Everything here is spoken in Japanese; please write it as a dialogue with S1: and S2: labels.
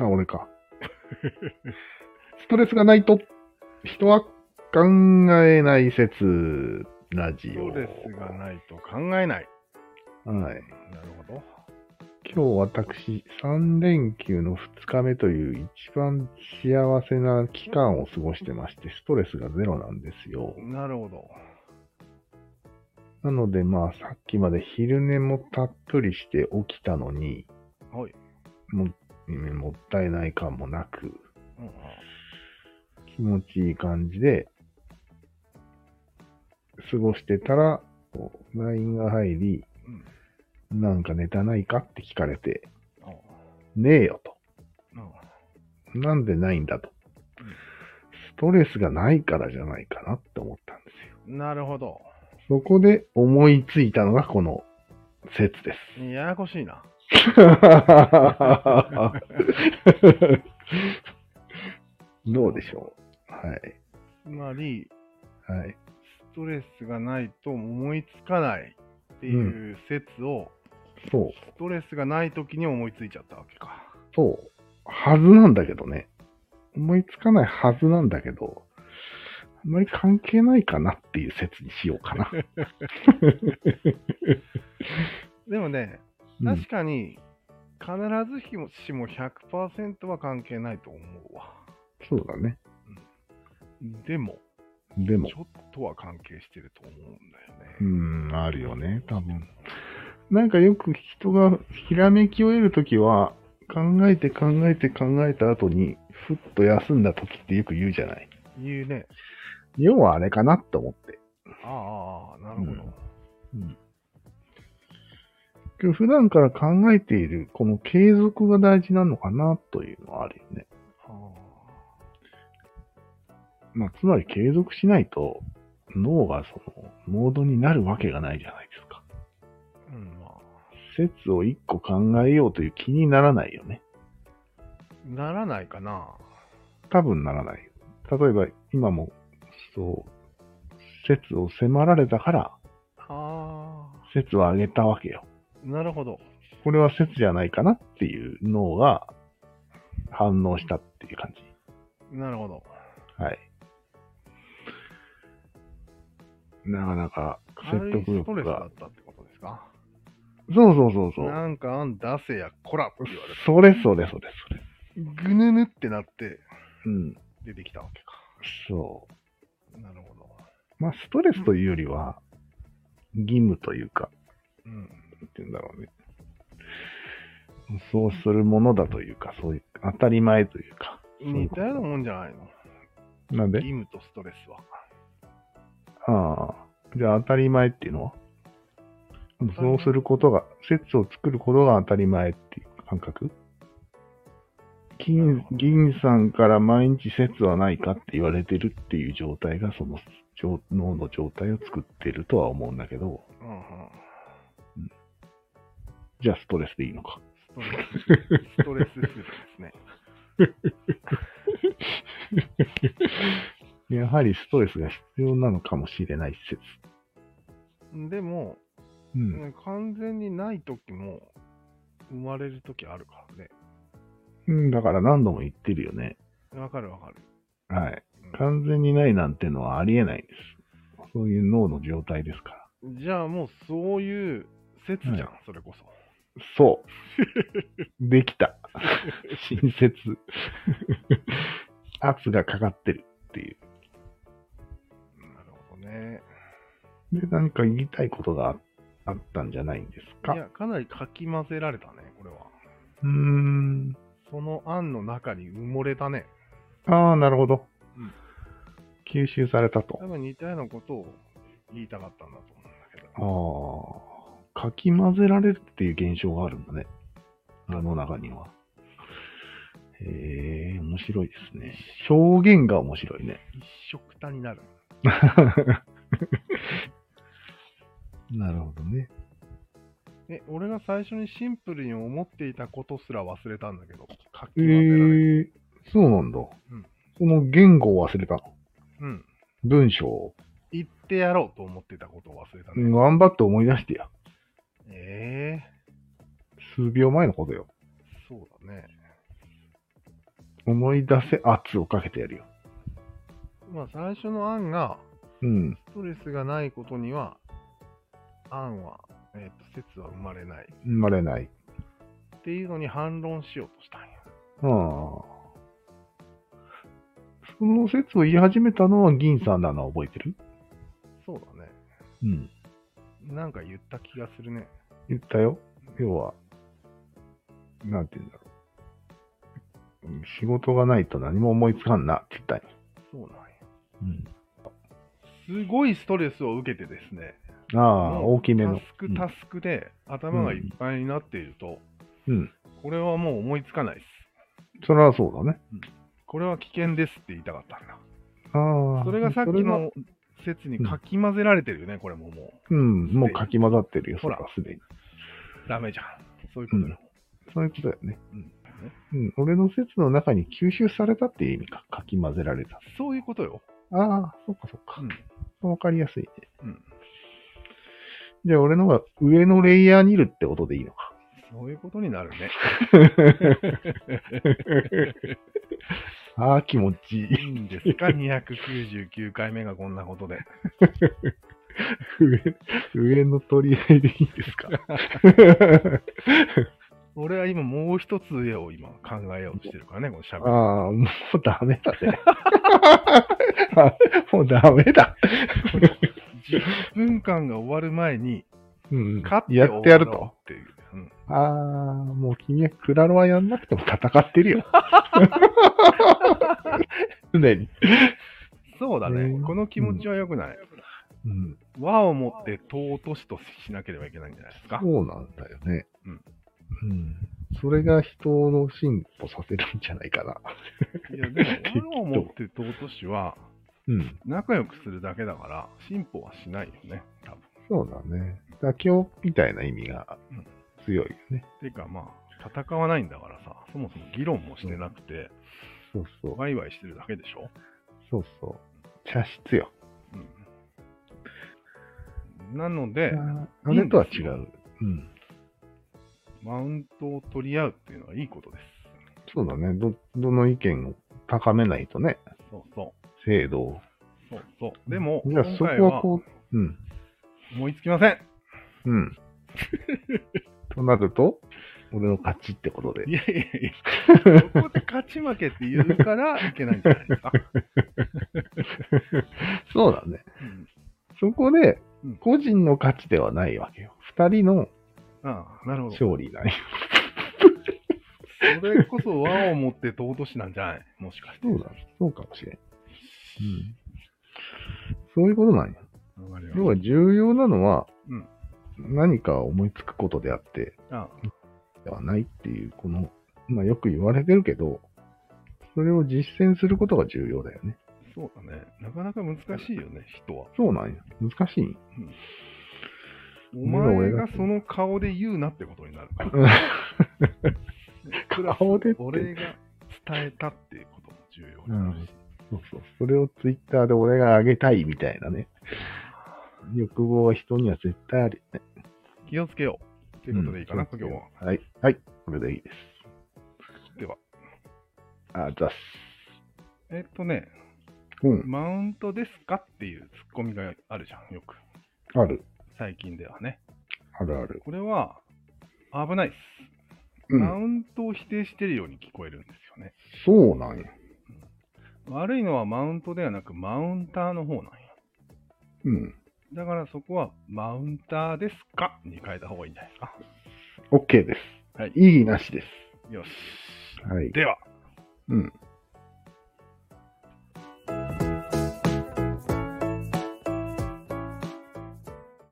S1: あ、俺か。ストレスがないと、人は考えない説、ラジ
S2: ス
S1: オ。
S2: トレスがないと考えない。
S1: はい。
S2: なるほど。
S1: 今日私、3連休の2日目という一番幸せな期間を過ごしてまして、ストレスがゼロなんですよ。
S2: なるほど。
S1: なのでまあ、さっきまで昼寝もたっぷりして起きたのに、
S2: はい。
S1: もうんもったいない感もなく、
S2: うんうん
S1: 気持ちいい感じで、過ごしてたら、こう LINE が入り、なんかネタないかって聞かれて、
S2: あ
S1: ねえよと。
S2: うん
S1: なんでないんだと。ストレスがないからじゃないかなって思ったんですよ。
S2: なるほど。
S1: そこで思いついたのがこの説です。
S2: ややこしいな。
S1: どうでしょうはい。
S2: つまり、
S1: はい。
S2: ストレスがないと思いつかないっていう説を、
S1: そう。
S2: ストレスがない時に思いついちゃったわけか。
S1: そう。はずなんだけどね。思いつかないはずなんだけど、あんまり関係ないかなっていう説にしようかな。
S2: でもね、
S1: うん
S2: 確かに、必ずしもしも100%は関係ないと思うわ。
S1: そうだね。
S2: でも、
S1: でも
S2: ち、ょっとは関係してると思うんだよ
S1: う
S2: ね。
S1: ん、あるよね、多分。なんかよく人がひらめきを得るときは、考えて考えて考えた後に、ふっと休んだときってよく言うじゃない。
S2: 言うね。
S1: 要はあれかなと思って。
S2: ああ、なるほど。
S1: 今日普段から考えている、この継続が大事なのかなというのはあるよね。まあ、つまり継続しないと、脳がその、モードになるわけがないじゃないですか。
S2: ああ、うん、ま
S1: 説を一個考えようという気にならないよね。
S2: あ、ならないかな。
S1: 多分ならない。例えば、今も、そう、説を迫られたから、
S2: あ
S1: 説を上げたわけよ。
S2: あ、なるほど。
S1: これは説じゃないかなっていう脳が反応したっていう感じ。
S2: なるほど。
S1: はい。なかなか説
S2: 軽い
S1: 得
S2: スト
S1: 力
S2: レスだ
S1: が
S2: っ。たってことですか
S1: そうそうそうそう。
S2: なんかあん出せやこらって言われ
S1: それそれそれそれ。
S2: てぐぬぬってなって
S1: うん。
S2: 出てきたわけか
S1: そ
S2: なるほど
S1: う。まあ、ストレスというよりは、義務というか、
S2: うん
S1: なんて言うんだろうね。そうするものだというか、そういう、当たり前というか。
S2: 似たようなもんじゃないの
S1: なんで
S2: 義務とストレスは
S1: ああ。じゃあ当たり前っていうのはそうすることが、説を作ることが当たり前っていう感覚金、銀さんから毎日説はないかって言われてるっていう状態が、その状脳の状態を作ってるとは思うんだけど、
S2: うんうん
S1: じゃあストレスでいいのか。
S2: ストレスストレスフルですね
S1: やはりストレスが必要なのかもしれない説。
S2: でも、
S1: うん。
S2: ね完全にない時も生まれる時あるからね
S1: うん、だから何度も言ってるよね。
S2: わかるわかる
S1: はい。完全にないなんてのはありえないです。そういう脳の状態ですから。
S2: じゃあもうそういう説じゃん、
S1: は
S2: それこそ
S1: そう。でき た。親切。圧がかかってるっていう。
S2: なるほどね
S1: で、何か言いたいことがああったんじゃないんですか
S2: いやかなりかき混ぜられたねこれは
S1: うーん。
S2: その案の中に埋もれたね。
S1: ああ、なるほど
S2: うん。
S1: 吸収されたと
S2: 多。分似たようなことを言いたかったんだと思うんだけど。
S1: ああ。かき混ぜられるっていう現象があるんだね。世の中には。へえ、面白いですね。表現が面白いね。
S2: 一色たになる。
S1: なるほどね。
S2: え、俺が最初にシンプルに思っていたことすら忘れたんだけど、かき
S1: ええ
S2: 混ぜられる。
S1: ー、そうなんだ。
S2: ん
S1: その言語を忘れたの。
S2: うん。
S1: 文章を。
S2: 言ってやろうと思ってたことを忘れたね。
S1: 頑張って思い出してや。
S2: ええ
S1: 数秒前のことよ。
S2: そうだね。
S1: 思い出せ圧をかけてやるよ。
S2: まあ最初の案が、
S1: うん。
S2: ストレスがないことには、案は、えっ、と、説は生まれない。
S1: 生まれない。
S2: っていうのに反論しようとしたんや。
S1: ああ。その説を言い始めたのは銀さんなのは覚えてる
S2: そうだね。
S1: うん。
S2: なんか言った気がするね。
S1: 言ったよ。要は、なんて言うんだろううん。仕事がないと何も思いつかんなって言ったんよ
S2: そうなんや。すごいストレスを受けてですね。
S1: うん。ああ、
S2: もう
S1: 大きめの。
S2: タスクタスクで頭がいっぱいになっていると、
S1: うん。
S2: これはもう思いつかないです。
S1: それはそうだね。
S2: これは危険ですって言いたかったんだ。
S1: ああ。
S2: それがさっ
S1: そ
S2: き
S1: れが
S2: の説にかき混ぜられてるよね、これもも
S1: うん、もうかき混ざってるよ、
S2: ほら
S1: それはすでに。
S2: う。ダメじゃん。そういうことよ。
S1: そういうことだよね。
S2: うん
S1: うん、俺の説の中に吸収されたっていう意味か、かき混ぜられた。
S2: そういうことよ。
S1: ああ、そっかそっか。わかりやすいね。
S2: うん。
S1: じゃあ俺のが上のレイヤーにいるってことでいいの か。
S2: そういうことになるね。
S1: ああ、気持ちいい。
S2: いいんですか ?299 回目がこんなことで。
S1: 上、上の取り合いでいいです か。
S2: 俺は今もう一つ上を今考えようとしてるからね、このしゃべ
S1: ああ、もうダメだね。 あもうダメだ。
S2: り。10分間が終わる前に、
S1: うん、
S2: 勝って
S1: やってやる
S2: 終わろ
S1: と。
S2: うっていう。うん
S1: ああ、もう君はクラロワやんなくても戦って るよ。常に。
S2: そうだ
S1: う
S2: ね
S1: ん。
S2: この気持ちは良くない。
S1: うん、
S2: 和をもって尊しとしなければいけないんじゃないですか。
S1: そうなんだよね。
S2: うん
S1: うん。それが人の進歩させるんじゃないかな。
S2: いや、で も和をもって尊しは、
S1: うん。
S2: 仲良くするだけだから、進歩はしないよね、多分。
S1: そうだね。妥協みたいな意味が
S2: うん
S1: 強いよね。
S2: てかまあ、戦わないんだからさ、そもそも議論もしてなくて、
S1: そうそう。
S2: ワイワイしてるだけでしょ。
S1: そうそう。茶室よ。
S2: うん、なので、
S1: あれとは違う。うん。
S2: マウントを取り合うっていうのはいいことです。
S1: そうだね。ど、どの意見を高めないとね。
S2: そうそ
S1: 制度を。
S2: う。そうそう。でも、
S1: じゃあ
S2: 今
S1: そこ
S2: 回
S1: は
S2: は
S1: こう、うん。
S2: 思いつきません。
S1: うん。となると、俺の勝ちってことで
S2: い。やいやいや、 そこで勝ち負けって言う からいけないんじゃないですか。
S1: そうだね。
S2: うん
S1: そこで
S2: うん、
S1: 個人の勝ちではないわけよ。二人の
S2: ああ、なるほど。そ
S1: 勝利だね。
S2: れこそ和をもって尊しなんじゃないもしかして。
S1: そうだ、そうかもしれん。うん。そういうことなんや。
S2: わかりました
S1: 要は重要なのは
S2: うん、
S1: 何か思いつくことであって、
S2: あ
S1: ではないっていう、この、まあよく言われてるけど、それを実践することが重要だよね。
S2: あそうだね。なかなか難しいよね、人は。
S1: そうなんや。難しいんや
S2: お
S1: まだ俺が
S2: 前がその顔で言うなってことになるから。プラス
S1: 顔でって
S2: 俺が伝えたっていうことも重要になるし。
S1: そうそう。それをツイッターで俺があげたいみたいなね。欲望は人には絶対あるよね。
S2: 気をつけよう。っていうことでいいかな、
S1: うん
S2: 今日は。
S1: はい。はい。これでいいです。
S2: では。
S1: あざっす。
S2: えっとね、
S1: うん。
S2: マウントですかっていうツッコミがあるじゃん、よく。
S1: ある。
S2: 最近ではね。
S1: あるある。
S2: これは、危ないっす。
S1: う
S2: マ
S1: ん。
S2: ウントを否定してるように聞こえるんですよね。
S1: そうなんや。
S2: 悪いのはマウントではなく、マウンターの方なんや。
S1: うん。
S2: だからそこは、マウンターですかに変えた方がいいんじゃないですか。
S1: OK です。
S2: はい
S1: いいなしです。
S2: よし。
S1: はい。
S2: では、
S1: うん。